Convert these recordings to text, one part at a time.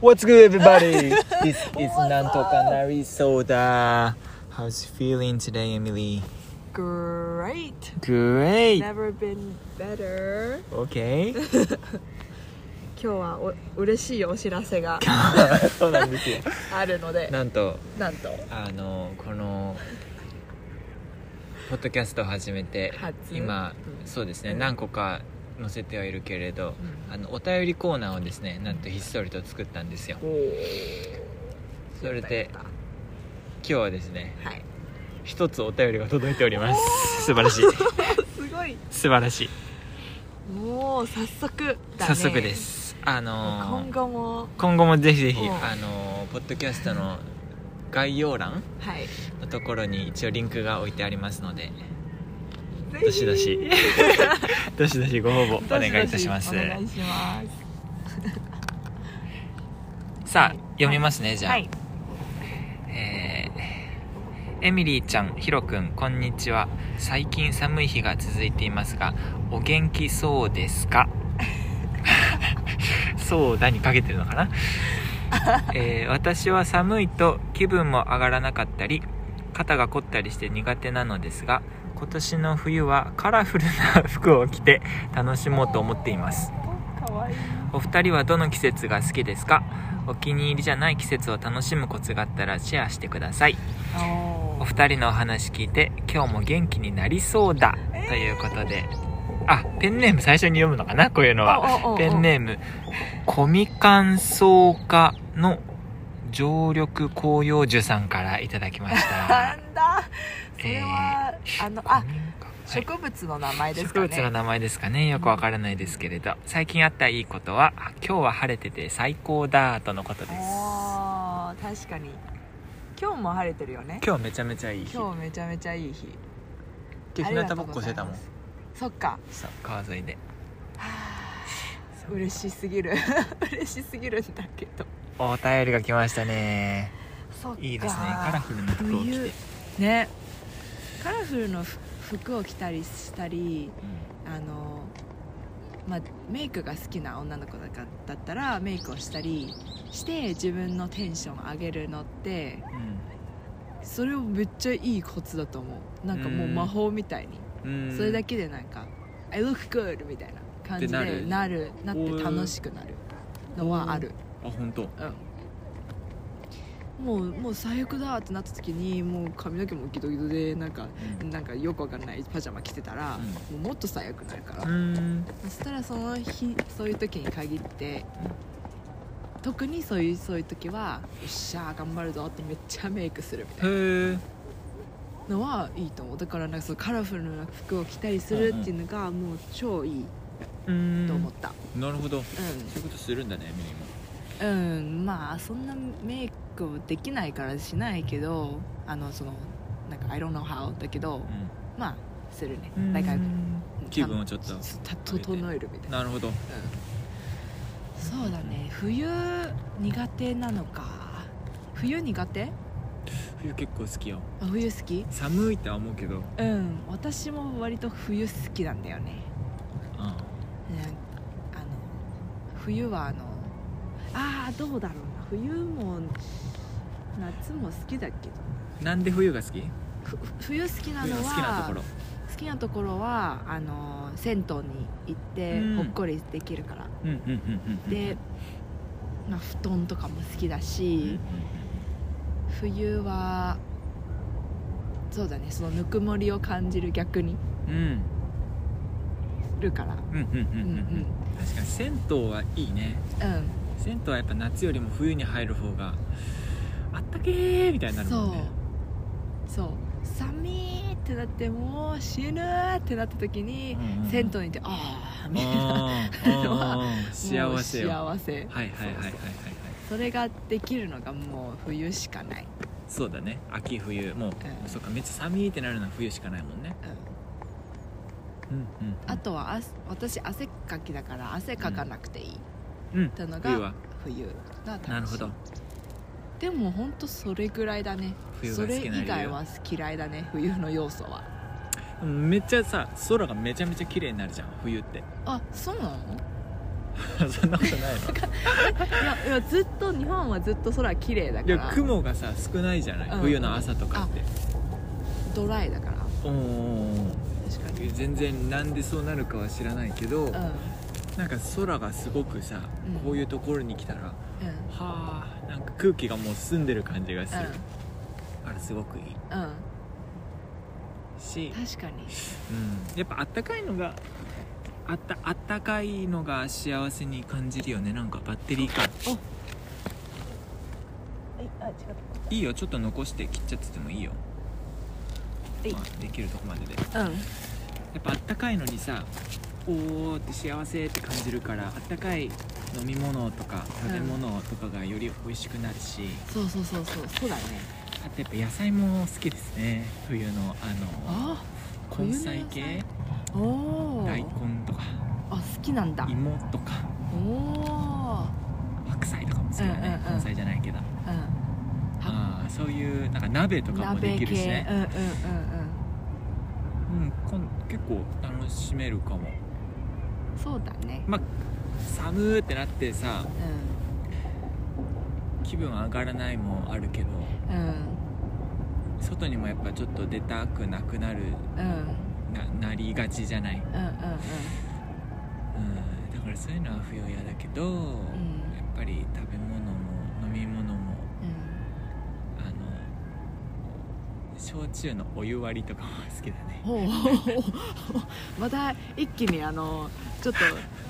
What's good, everybody? This is なんとかなりそうだ。How's feeling today, Emily? Great. Great. Never been better. Okay. 今日はお嬉しいお知ら せがそうなんですよ。あるので、なんとなんとあのこのポッドキャストを始めて初今うんそうですね、うん何個か載せてはいるけれど、あのお便りコーナーをですねなんとひっそりと作ったんですよ。おーそれでやっ今日はですねたやったはい。一つお便りが届いております。素晴らしいすごい。素晴らしい。もう早速だね。早速で。すあの今ー後も今後もぜひぜひうんあのーポッドキャストの概要欄はい。のところに一応リンクが置いてありますのでぜひどしど しどしどしご応募お願いいたしますどどお願いします。さはあい読みますねじゃあ、はい。えーエミリーちゃんひろくんこんにちは最近寒い日が続いていますがお元気そうですかそうだにかけてるのかな、えー私は寒いと気分も上がらなかったり肩が凝ったりして苦手なのですが今年の冬はカラフルな服を着て楽しもうと思っています可愛いい。お二人はどの季節が好きですかお気に入りじゃない季節を楽しむコツがあったらシェアしてくださいお二人のお話聞いて今日も元気になりそうだということであペンネーム最初に読むのかなこういうのはおおおおペンネームコミカン草加の常緑紅葉樹さんからいただきまし なたんだ。それは、あのあコミカンはい植物の名前です植かね。物の名前ですかねよくわからないですけれど最近あったいいことはあ今日は晴れてて最高だとのことですおー確かに今日も晴れてるよね今日めちゃめちゃいい日今日めちゃめちゃいい日今日日向ぼっこしてたもあんりがそっかそう川沿いで嬉しすぎる 嬉しすぎるんだけどお便りが来ましたねそっかいいですねカラフルな服を着て、うん冬ねカラフルのふ服を着たりしたりあのまあ、メイクが好きな女の子だかだったらメイクをしたりして自分のテンションを上げるのってそれをめっちゃいいコツだと思うなんかもう魔法みたいにうんそれだけでなんか「I look good」みたいな感じでっなてるななって楽しくなるのはあるあ本当うんもうもう最悪だってなった時にもう髪の毛もギトギトでなんかなんかよくわかんないパジャマ着てたら、もうもっと最悪になるから、うんそしたらその日そういう時に限って特にそういうそういう時は「よっしゃー頑張るぞ」ってめっちゃメイクするみたいなへーのはいいと思うだからなんかそのカラフルな服を着たりするっていうのがもう超いいうんと思ったなるほどそういうことするんだねエミリーもうん、うん、まあそんなメイクをできないからしないけどあのそのなんか「I don't know how」だけどまあするねうんなんか気分をちょっとた整えるみたいな、なるほどうん、そうだね冬苦手なのか冬苦手あ冬結構好きよ冬好き寒いっては思うけどうん私も割と冬好きなんだよねあねあの冬はあのあーどうだろうな冬も夏も好きだけどあなんで冬が好きふ冬好きな冬ののは好きなところ好きなところはあの銭湯に行ってうんほっこりできるから、うんうんうんうんうんで、まあ、布団とかも好きだうんうんうしん、冬はそうだねそのぬくもりを感じる逆にうんるからうんうんうんうんうん確かに銭湯はいいねうん銭湯はやっぱ夏よりも冬に入る方があったけーみたいになるもんねそうそう寒いってなってもう死ぬってなった時に、銭湯にいてああみたいな のはあー幸せよもはう幸せいはいはいはいはいはいそれができるのがもう冬しかない、そうだね秋冬もううんそうかめっちゃ寒いってなるのは冬しかないもんねうんうんうんあとはあ私汗っかきだから汗かかなくていいっうんての冬がは冬が楽しいなるほどでもほんとそれぐらいだね冬がそ好きなれ理由以外は嫌いだね冬の要素 はめっちゃさ空がめちゃめちゃ綺麗になるじゃん冬って あそうなのそんなことない のいやいやずっと日本はずっと空綺麗だかでもら雲がさ少ないじゃない、うん冬の朝とかってドライだからうんうんうん確かに全然なんでそうなるかは知らないけど、うんうんなんか空がすごくさ、うんこういうところに来たらはあなんか空気がもう澄んでる感じがする、あれすごくいいうん、うん、し、確かにうん、やっぱあったかいのがあったあったかいのが幸せに感じるよねなんかバッテリーかあ違ったいいよちょっと残して切っちゃっててもいいよ、えいまあできるとこまででうんやっぱあったかいのにさおーって幸せって感じるからあったかい飲み物とか食べ物とかがより美味しくなるし、そうそうそうそうそうだねあとやっぱ野菜も好きですね冬のああの根菜系おお大根ーとかあ好きなんだ芋とかおお白菜とかも好きだねうんうんうん根菜じゃないけどうんあーそういうなんか鍋とかもで鍋きるし系ねうんうんうんうんこん結構楽しめるかもうんそうだね寒ーってなってさう気分上がらないもあるけどんうん外にもやっぱちょっと出たくなくなるうんななりがちじゃない、うん、うんうんだからそういうのは不要やだけど、んやっぱり食べ物も飲み物もあうんの焼酎のお湯割りとかも好きだねほうまた一気にあのちょっと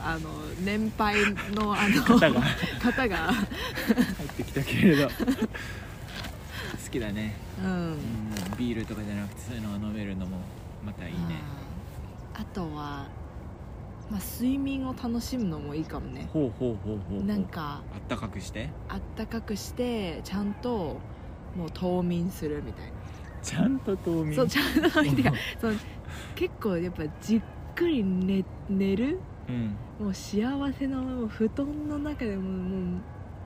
あの年配のあの肩が方が入ってきたけれど 好きだね、うんうん、ビールとかじゃなくてそういうのが飲めるのもまたいいねあーあとは、まあ、睡眠を楽しむのもいいかもねほうほうほうほうほうなんかあったかくしてあったかくしてちゃんともう冬眠するみたいちゃんと冬な眠そうちゃんとうんいやそう結構やっぱじっくり寝寝るうんもう幸せのもう布団の中でももう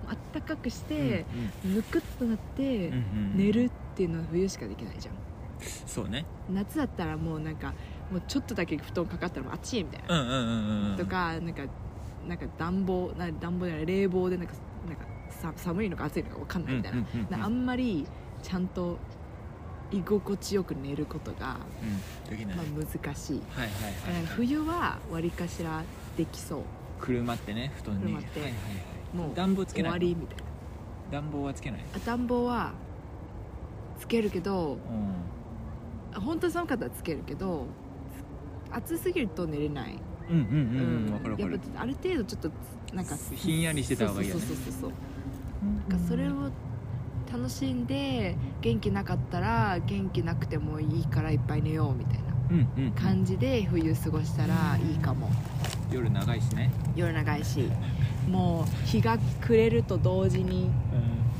あったかくして、ぬくっとなってうんうんうんうん寝るっていうのは冬しかできないじゃんそうね夏だったらもうなんかもうちょっとだけ布団かかったらもうあっちへみたいなうんうんうんうんとかなんかなんか暖房な暖房じゃない冷房でなんかなんかさ寒いのか暑いのか分かんないみたいな,、うんうんうんうんあんまりちゃんと居心地よく寝ることが、うんできないまあ、難しい、はいはいだからはい冬はわりかしらできそ車ってね布団に車ってはいはいもいはうい暖房うつけ終なわいりみたいな暖房はつけないあ暖房はつけるけどうん本当に寒かったらつけるけど暑すぎると寝れない、うんうんうんううんんわかるわかやるっぱある程度ちょっとなんかひんやりしてた方がいいよねそうそうそうそうそううなんんかそれを楽しんで元気なかったら元気なくてもいいからいっぱい寝ようみたいなうんうんうん感じで冬過ごしたらいいかも夜長いしね夜長いしもう日が暮れると同時に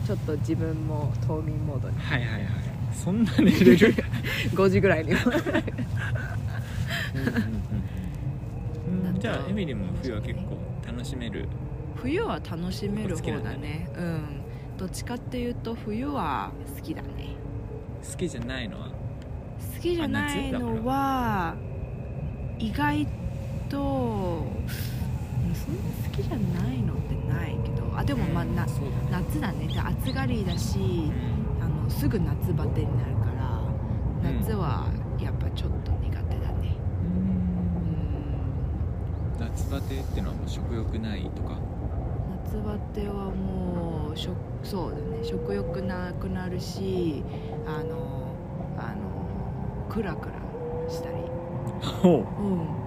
ちょっと自分も冬眠モードにはいはいはいそんな寝れる5時ぐらいにうんじゃあエミリーも冬は結構楽しめる冬は楽しめる方だねうんどっちかっていうと冬は好きだね好きじゃないのは好きじゃないのは意外とうんそんな好きじゃないのってないけどあでもまあなそうだね夏だねで暑がりだしうんあのすぐ夏バテになるからうん夏はやっぱちょっと苦手だねうん夏バテってのはもう食欲ないとか夏バテはもう食そうだね食欲なくなるしあのあのクラクラしたりほ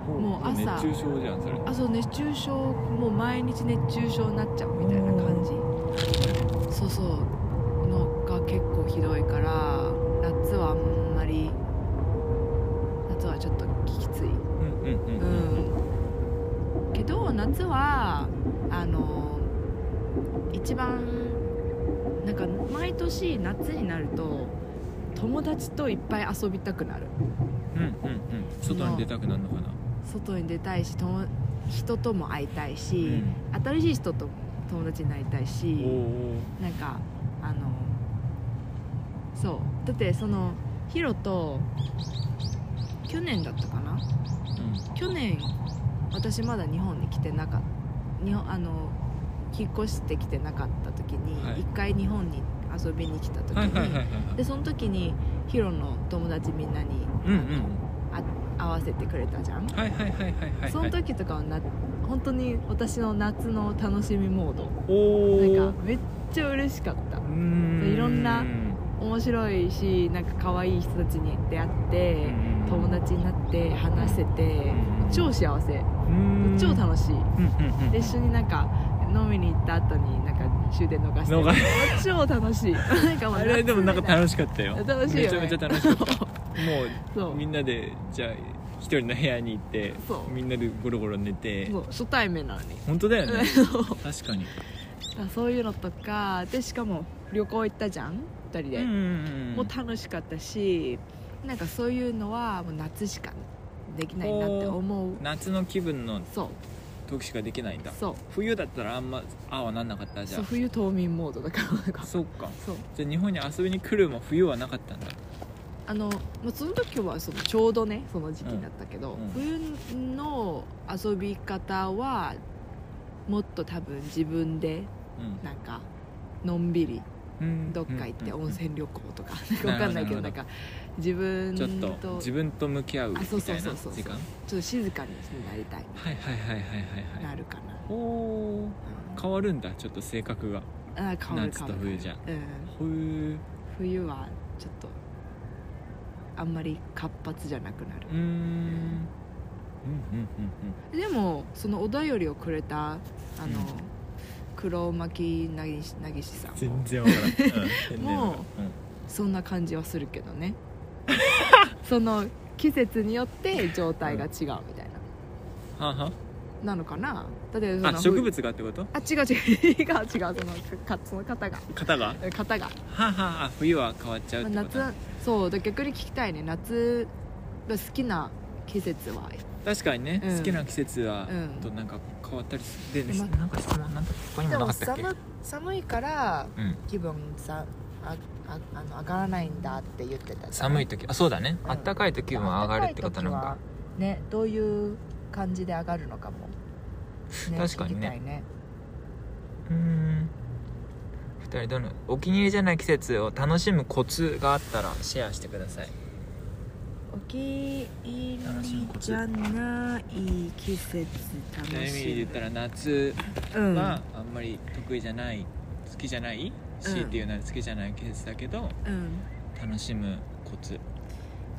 うんうもう朝熱中症じゃんそれあそう熱中症もう毎日熱中症になっちゃうみたいな感じそうそうのが結構ひどいから夏はあんまり夏はちょっときつういんうんうんううんんけど夏はあの一番なんか毎年夏になると友達といっぱい遊びたくなるうんうんうん外に出たくなるのかな外に出たいし友人とも会いたいし、うん新しい人とも友達になりたいおしーなんかあのそうだってそのヒロと去年だったかなう去年私まだ日本に来てなかっ日本あの引っ越してきてなかった時にはい一、回日本に遊びに来た時はいに、はいはいはいでその時にヒロの友達みんなにうんうんあ会わせてくれたじゃん、はいはいはいはいはいその時とかはな本当に私の夏の楽しみモードおーなんかめっちゃ嬉しかったうーんいろんな面白いしなんか可愛い人たちに出会って友達になって話せて超幸せ超し楽しいい、うんうんうん、で一緒になんか飲みに行った後になんか終電逃して逃超 楽しいなんかもうあれでもなんか楽しかったよ楽しいよねめちゃめちゃ楽しかったもそううみんなでじゃあ一人の部屋に行ってそうみんなでゴロゴロ寝てそう初対面なのに本当だよね確かにだからそういうのとかでしかも旅行行ったじゃん2人で、もう楽しかったしなんかそういうのはもう夏しかできないなって思う夏の気分のそう時しかできないんだそう冬だったらあんまああはなんなかったじゃそう冬冬眠モードだからなんあかそっかそうじゃあ日本に遊びに来るも冬はなかったんだあのまあその時はそのちょうどねその時期だったけど、うん冬の遊び方はもっと多分自分でうんなんかのんびりうんどっか行ってうん温泉旅行とか なんかわかんないけどななんるほか自分ちょっとと自分と向き合うみたあいそうそうそなうそう時間ちょっと静かになりたいはいはいはいはいはいはないるかな、おおうん変わるんだちょっと性格があ変わる夏変とわる、冬じゃんうん、ほう冬はちょっとあんまり活発じゃなくなるうーんうんうんでもそのお便りをくれたあうの、ん黒巻なぎしなぎしさんも全然わからんうん天然のもそんな感じはするけ どねその季節によって状態が違うみたいな、うんはんはんなのかなだってそのあ植物がってことあ違う 違う違う違うそのかその方が型がえ方が、はんはんあ冬は変わっちゃうってまあこと夏はそうだ逆に聞きたいね夏が好きな季節は確かにね、うん好きな季節は、うんとなんか変わったりするで、でもなんか質問なんか他にもなかったっけ寒いからうん、気分さあああの上がらないんだって言ってた寒い時あそうだね、うんあったかい時も上がるってことなんかねどういう感じで上がるのかも、ね確かにね聞きたいねうーん2人どのお気に入りじゃない季節を楽しむコツがあったらシェアしてくださいお気に入りじゃない季節楽そういう意味でし言ったら夏む、うん、はあんまり得意じゃない、好きじゃないうん強いて言うなら好きじゃない季節だけどうん、楽しむコツ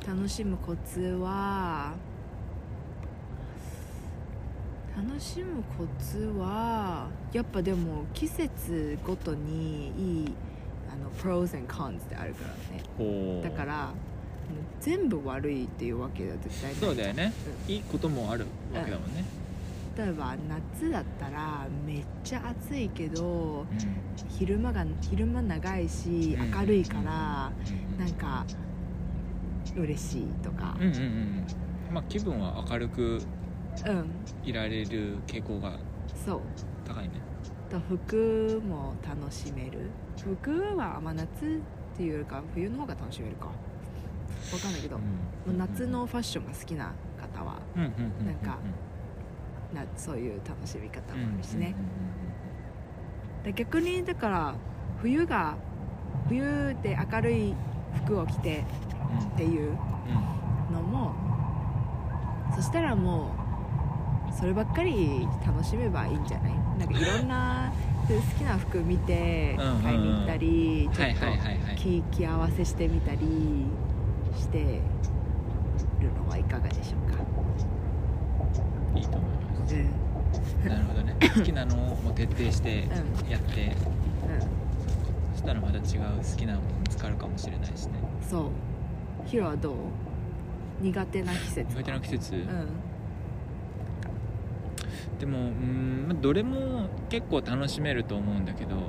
楽しむコツは楽しむコツはやっぱでも季節ごとにいいあの pros and cons ってあるからねほだからもう全部悪いっていうわけでは絶対ないそうだよね、いいこともあるわけだもんね、例えば夏だったらめっちゃ暑いけどうん昼間が昼間長いし明るいかうらんなんか嬉しいとかうんうんうんまあ気分は明るくうんいられる傾向がそう高いねと服も楽しめる服はまあ夏っていうよりか冬の方が楽しめるかわかんないけど、もう夏のファッションが好きな方はうんうんうんうんなんかなそういう楽しみ方うんうもんあるしね、で逆にだから冬が冬で明るい服を着てうんうんっていうのもそしたらもうそればっかり楽しめばいいんじゃないなんかいろんな好きな服見てうんうんうん買いに行ったりちょはいっはいはいはいと気気合わせしてみたりしてるのはいかがでしょうか、いいと思いまうんうん、すなるほどね好きなのをもう徹底してやってそしたらまた違う好きなのも見つかるかもしれないしねそうヒロはどう苦手な季節苦手な季節、うんでもうんまあどれも結構楽しめると思うんだけど、うん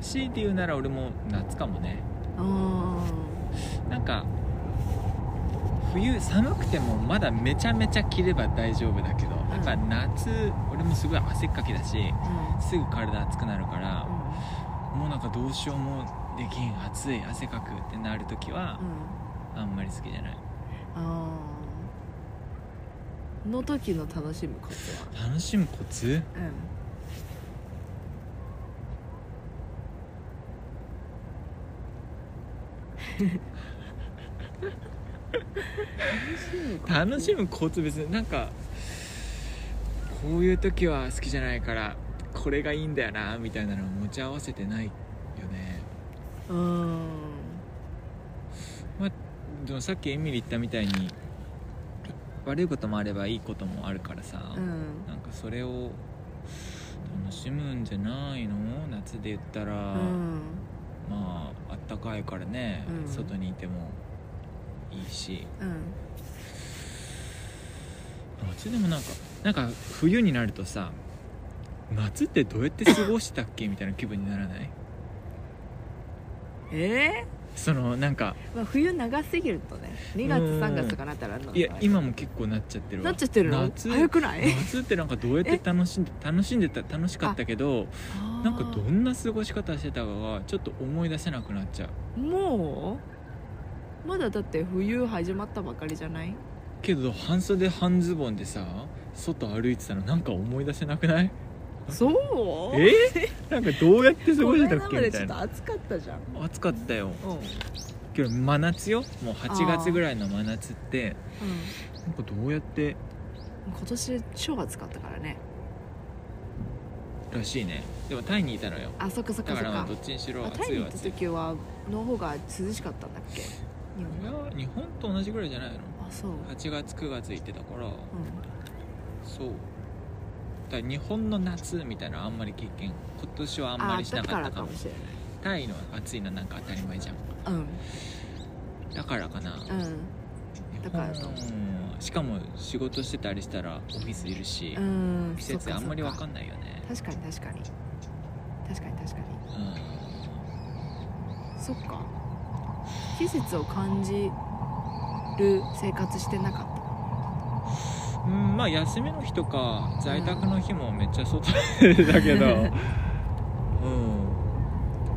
強いて言うなら俺も夏かもねあなんか冬寒くてもまだめちゃめちゃ着れば大丈夫だけどやっぱ夏俺もすごい汗っかきだしあうんすぐ体熱くなるからうもうなんかどうしようもできん暑い汗かくってなる時はんうんあんまり好きじゃないあーの時の楽しむコツは楽しむコツう楽しむコツ別になんかこういう時は好きじゃないからこれがいいんだよなみたいなのを持ち合わせてないよねむうんまあでもさっきエミリ言ったみたいに悪いこともあればいいこともあるからさ、うんなんかそれを楽しむんじゃないの夏で言ったら、うんまああったかいからね、うん外にいてもいいしうん夏でもなんかなんか冬になるとさ夏ってどうやって過ごしたっけみたいな気分にならないえそのなんかーまあ、冬長すぎるとね2月うん3月とかなったらあるのいや今も結構なっちゃってるわなっちゃってるの夏早くない夏ってなんかどうやって楽しんで楽しんでた楽しかったけどなんかどあんな過ごし方してたかがちょっと思い出せなくなっちゃうーもうまだだって冬始まったばかりじゃないけど半袖半ズボンでさ外歩いてたのなんか思い出せなくないそうえー、なんかどうやって過こごしれてたまっけみでちたいょっとな暑かったじゃん暑かったようん、うん、今日真夏よもう8あ月ーぐらいの真夏ってなんかどうやって今年超暑かったからねらしいねでもタイにいたのよあそっかそっだかそかっらまあかどっちにしろあタ暑いイには行った暑いい時はの方が涼しかったんだっけ日本や日本と同じぐらいじゃないのあそう、う8月9月行ってたからん、そうだから日本の夏みたいなのあんまり経験今年はあんまりしなだかかったからかももしれタイの暑いのなんか当たり前じゃんないうんだからかなうだからだと思う日本しかも仕事してたりしたらオフィスいるし、ん、うん、季節あんまりわかんないよねそっか確かに確かに確かに確かにそっか季節を感じる生活してなかっうん、うんまあ休みの日とか在宅の日もめっちゃ外だけどうん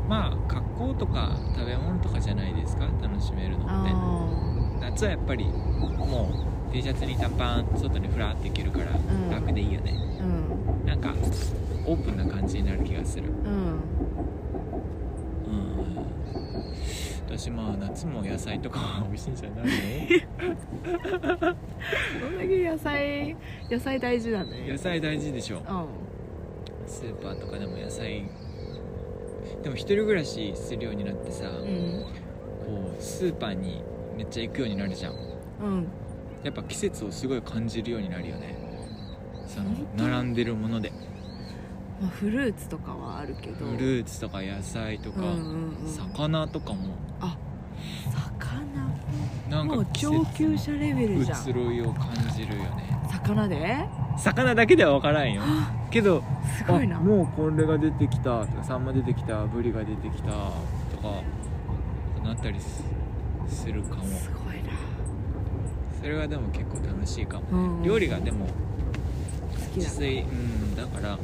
まあ格好とか食べ物とかじゃないですか楽しめるたのってあ夏はやっぱりもう T シャツに短パン外にフラーって行けるからん楽でいいよね、ーうんなんかオープンな感じになる気がするうんうん私まあ夏も野菜とかは美味しいんじゃないのどんだけ野菜野菜大事なん だね野菜大事でしょうんスーパーとかでも野菜でも一人暮らしするようになってさ、うんこうスーパーにめっちゃ行くようになるじゃんうんやっぱ季節をすごい感じるようになるよねその本当並んでるものでまあ、フルーツとかはあるけどフルーツとか野菜とか、うんうんうん、魚とかも魚なんもかう季節上の級者レベルじゃ移んろいを感じるよね魚で魚だけでは分からんよけどすごいなあもうこれが出てきたとかサンマ出てきたブリが出てきたとかなったりすするかもすごいな、それはでも結構楽しいかもうん料理がでも好き自だ炊うんだから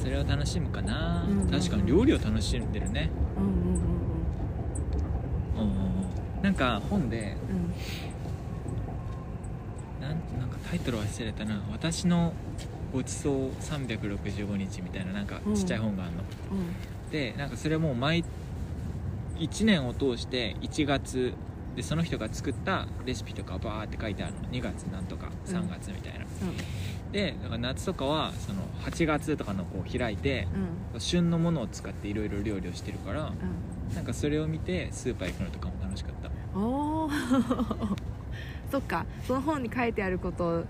それを楽しむかな、うんうん確かに料理を楽しんでるねうんうんうんうんうんうんなんか本でうんうんなんなんかタイトル忘れたな「私のごちそう365日」みたいななんかちっちゃい本があるの、うんでなんかそれもう毎1年を通して1月でその人が作ったレシピとかバーって書いてあるの2月なんとかうん3月みたいな、でだから夏とかはその8月とかのこう開いてうん旬のものを使っていろいろ料理をしてるからうなんかそれを見てスーパー行くのとかも楽しかったんおー そっかその本に書いてあること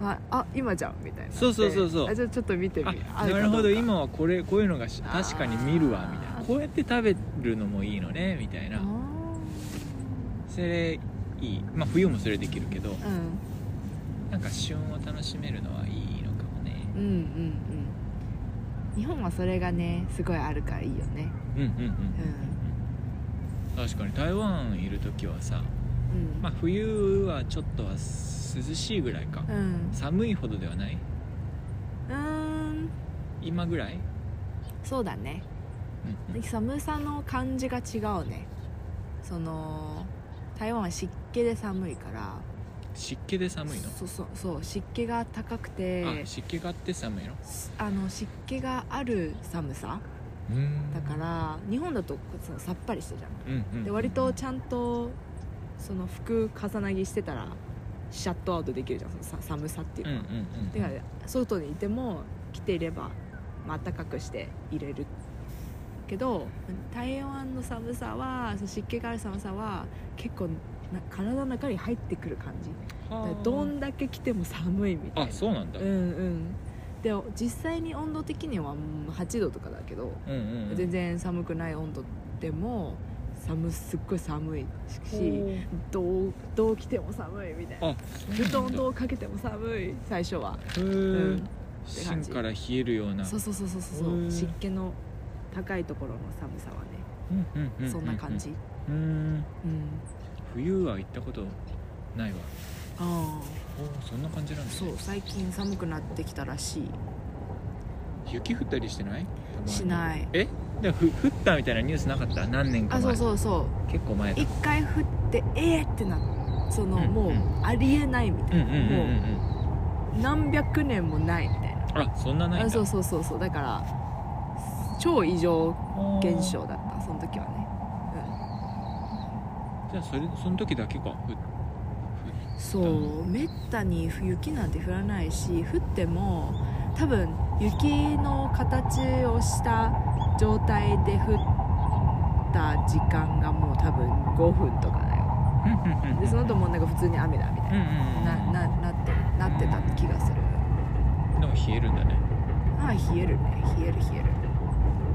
はあ今じゃんみたいなそうそうそうそうあじゃあちょっと見てみああかなうかるほど今はこれこういうのがしあー確かに見るわみたいなこうやって食べるのもいいのねみたいあなーそれいいまあ冬もそれできるけどうんなんか旬を楽しめるのはいいのかもねうんうんうん日本はそれがねすごいあるからいいよねうんうんうん、確かに台湾いる時はさうんまあ冬はちょっとは涼しいぐらいか、うん寒いほどではないうーん今ぐらい、そうだねうん寒さの感じが違うねその台湾は湿気で寒いから湿気で寒いの、そうそうそう湿気が高くてあ湿気があって寒いのすあの湿気がある寒さうんだから日本だとそのさっぱりしてるじゃんうんうんで割とちゃんとその服重なぎしてたらシャットアウトできるじゃんそのさ寒さっていううんうんのは、うんだから外にいても着ていれば、まあ暖かくしていれるけど台湾の寒さはその湿気がある寒さは結構な体の中に入ってくる感じだからどんだけ着ても寒いみたいあなそうなんだ、うんうんで実際に温度的にはうん8度とかだけど、うんうんうん全然寒くない温度でも寒すっごい寒いしどうどう着ても寒いみたいなあ布団どうかけても寒い最初は、へうーん、芯から冷えるようなそうそうそうそうそうんう湿気の高いところの寒さはね、うんうんううそんな感じ、うんうん、冬は行ったことないわあおそんな感じなんあだそう最近寒くなってきたらしい雪降ったりしてないしいないえでもふ降ったみたいなニュースなかった何年かあ前そうそうそ結構前うだ一回降ってえー、ってなっその、うんもううんありえないみたうんいうんな、うんうんもう何百年もないみたいなうんあそんなないんだあそうそうそうそうだから超異常あー現象だったその時はね、じゃあそれその時だけかふうん、そうめったに雪なんて降らないし降っても多分雪の形をした状態で降った時間がもう多分5分とかだようんうんうんでその後もうなんか普通に雨だみたいうんうな,、んうんなななってなってた気がするでも冷えるんだねああ冷えるね冷える冷える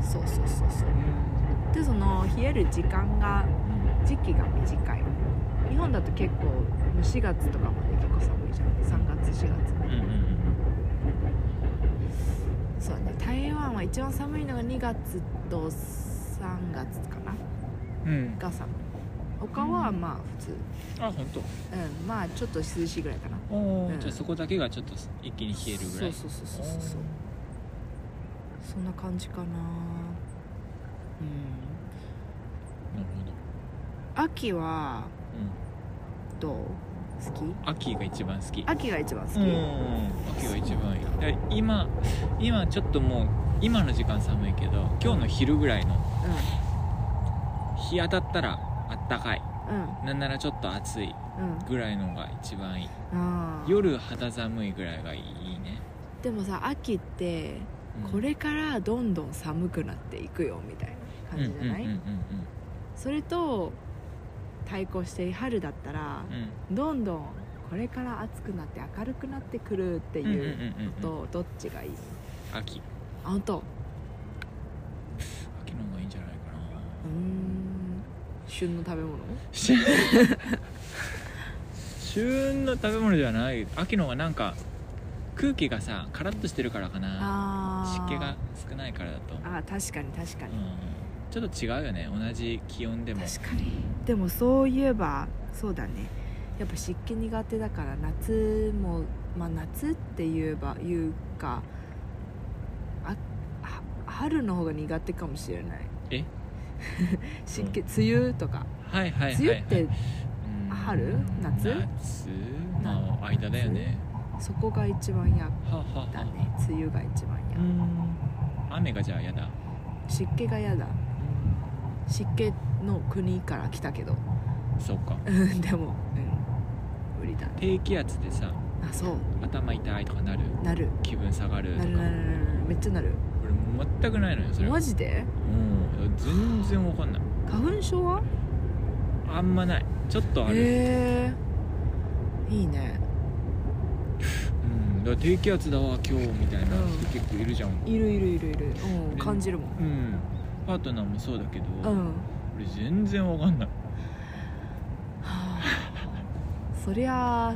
そうそうそうそうでその冷える時間が時期が短い日本だと結構もう4月とかまで結構寒いじゃん3月4月うんうんうんそうだね台湾は一番寒いのが2月と3月かなうんうんが寒い他はまあ普通あ本当。うんまあちょっと涼しいぐらいかなおーうんじゃあそこだけがちょっと一気に冷えるぐらいそうそうそうそうそうそんな感じかなうんおーなるほど、秋はうどう好きん、秋が一番好き秋が一番好き、うん秋が一番いいだから今今ちょっともう今の時間寒いけど今日の昼ぐらいの日当たったらあったかいうんなんならちょっと暑いうんぐらいのが一番いいあー夜肌寒いぐらいがいいね、でもさ秋ってうんこれからどんどん寒くなっていくよみたいな感じじゃない、うんうんそれと対抗して春だったらうんうんうんどんどんこれから暑くなって明るくなってくるってうんうんいううんうんうとどっちがいい秋あ本当秋の方がいいんじゃないかなうーん旬の食べ物 旬の食べ物じゃない秋の方がなんか空気がさカラッとしてるからかなあー湿気が少ないからだと思うあー確かに確かうに、んちょっと違うよね同じ気温でも確かにでもそういえばそうだねやっぱ湿気苦手だから夏もまあ夏って言えば言うかあは春の方が苦手かもしれないえ湿気梅雨とかはいはいはい、はい、梅雨ってうん春夏夏まあ間だよねそこが一番やはあはあはあだね梅雨が一番やうん雨がじゃあ嫌だ湿気が嫌だ湿気の国から来たけど そうかうんでもうん無理だね低気圧でさあそう頭痛いとかなるなる気分下がるとなかるなるなるなるめっちゃなる俺全くないのよそれマジでうん全然わかんない花粉症はあんまないちょっとある、へえいいねうん、だから低気圧だわ今日みたいなうん人結構いるじゃんいるいるいるいる、うん、ね感じるもんうんパートナーもそうだけど、うんは俺全然わかんないあそりゃあ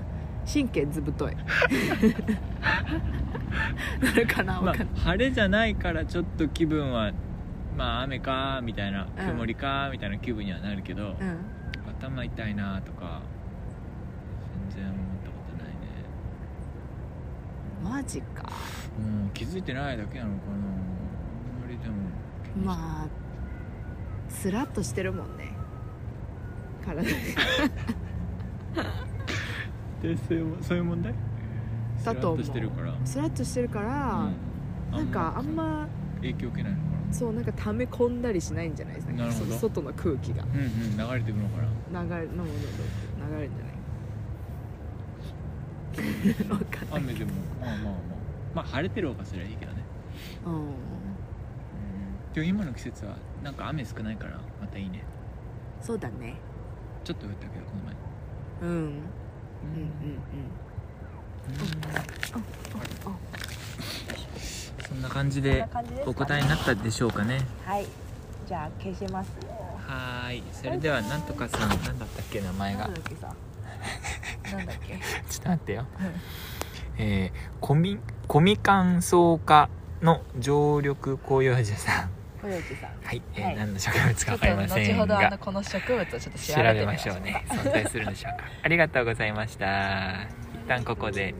神経ずぶとい なるかなまわかんない、あ晴れじゃないからちょっと気分はまあ雨かみたいなうん曇りかみたいな気分にはなるけど、うん頭痛いなとか全然思ったことないねマジかもう気づいてないだけなのかなあんまりでもまあスラッとしてるもんね 体でそういうそういう問題だと思うスラッしてるからスラッとしてるから、うなんかあんま影響受けないのかなそうなんか溜め込んだりしないんじゃないですかなるほどそ外の空気がうんうん流れてくのかな流れのもの流れるんじゃないわかん な雨いでもまあまあまあまあ晴れてるおかすりゃいいけどねうんでも今の季節はなんか雨少ないからまたいいねそうだねちょっと降ったけどこの前ううんうんうんうんあそんな感じこんでな感じですかねお答えになったでしょうかねはいじゃあ消しますよはーいそれではなんとかさんなんだったっけ名前がなんだっけさなんだっけちょっと待ってよ、えー、コミコミカン草加の常緑紅葉樹さん小池さんはい、えーはい何の植物ちかょわっかとりませ後んほどあのがこの植物をちょっと調調べてべみままししょょううね存在するんでしょうかありがとうございました一旦ここで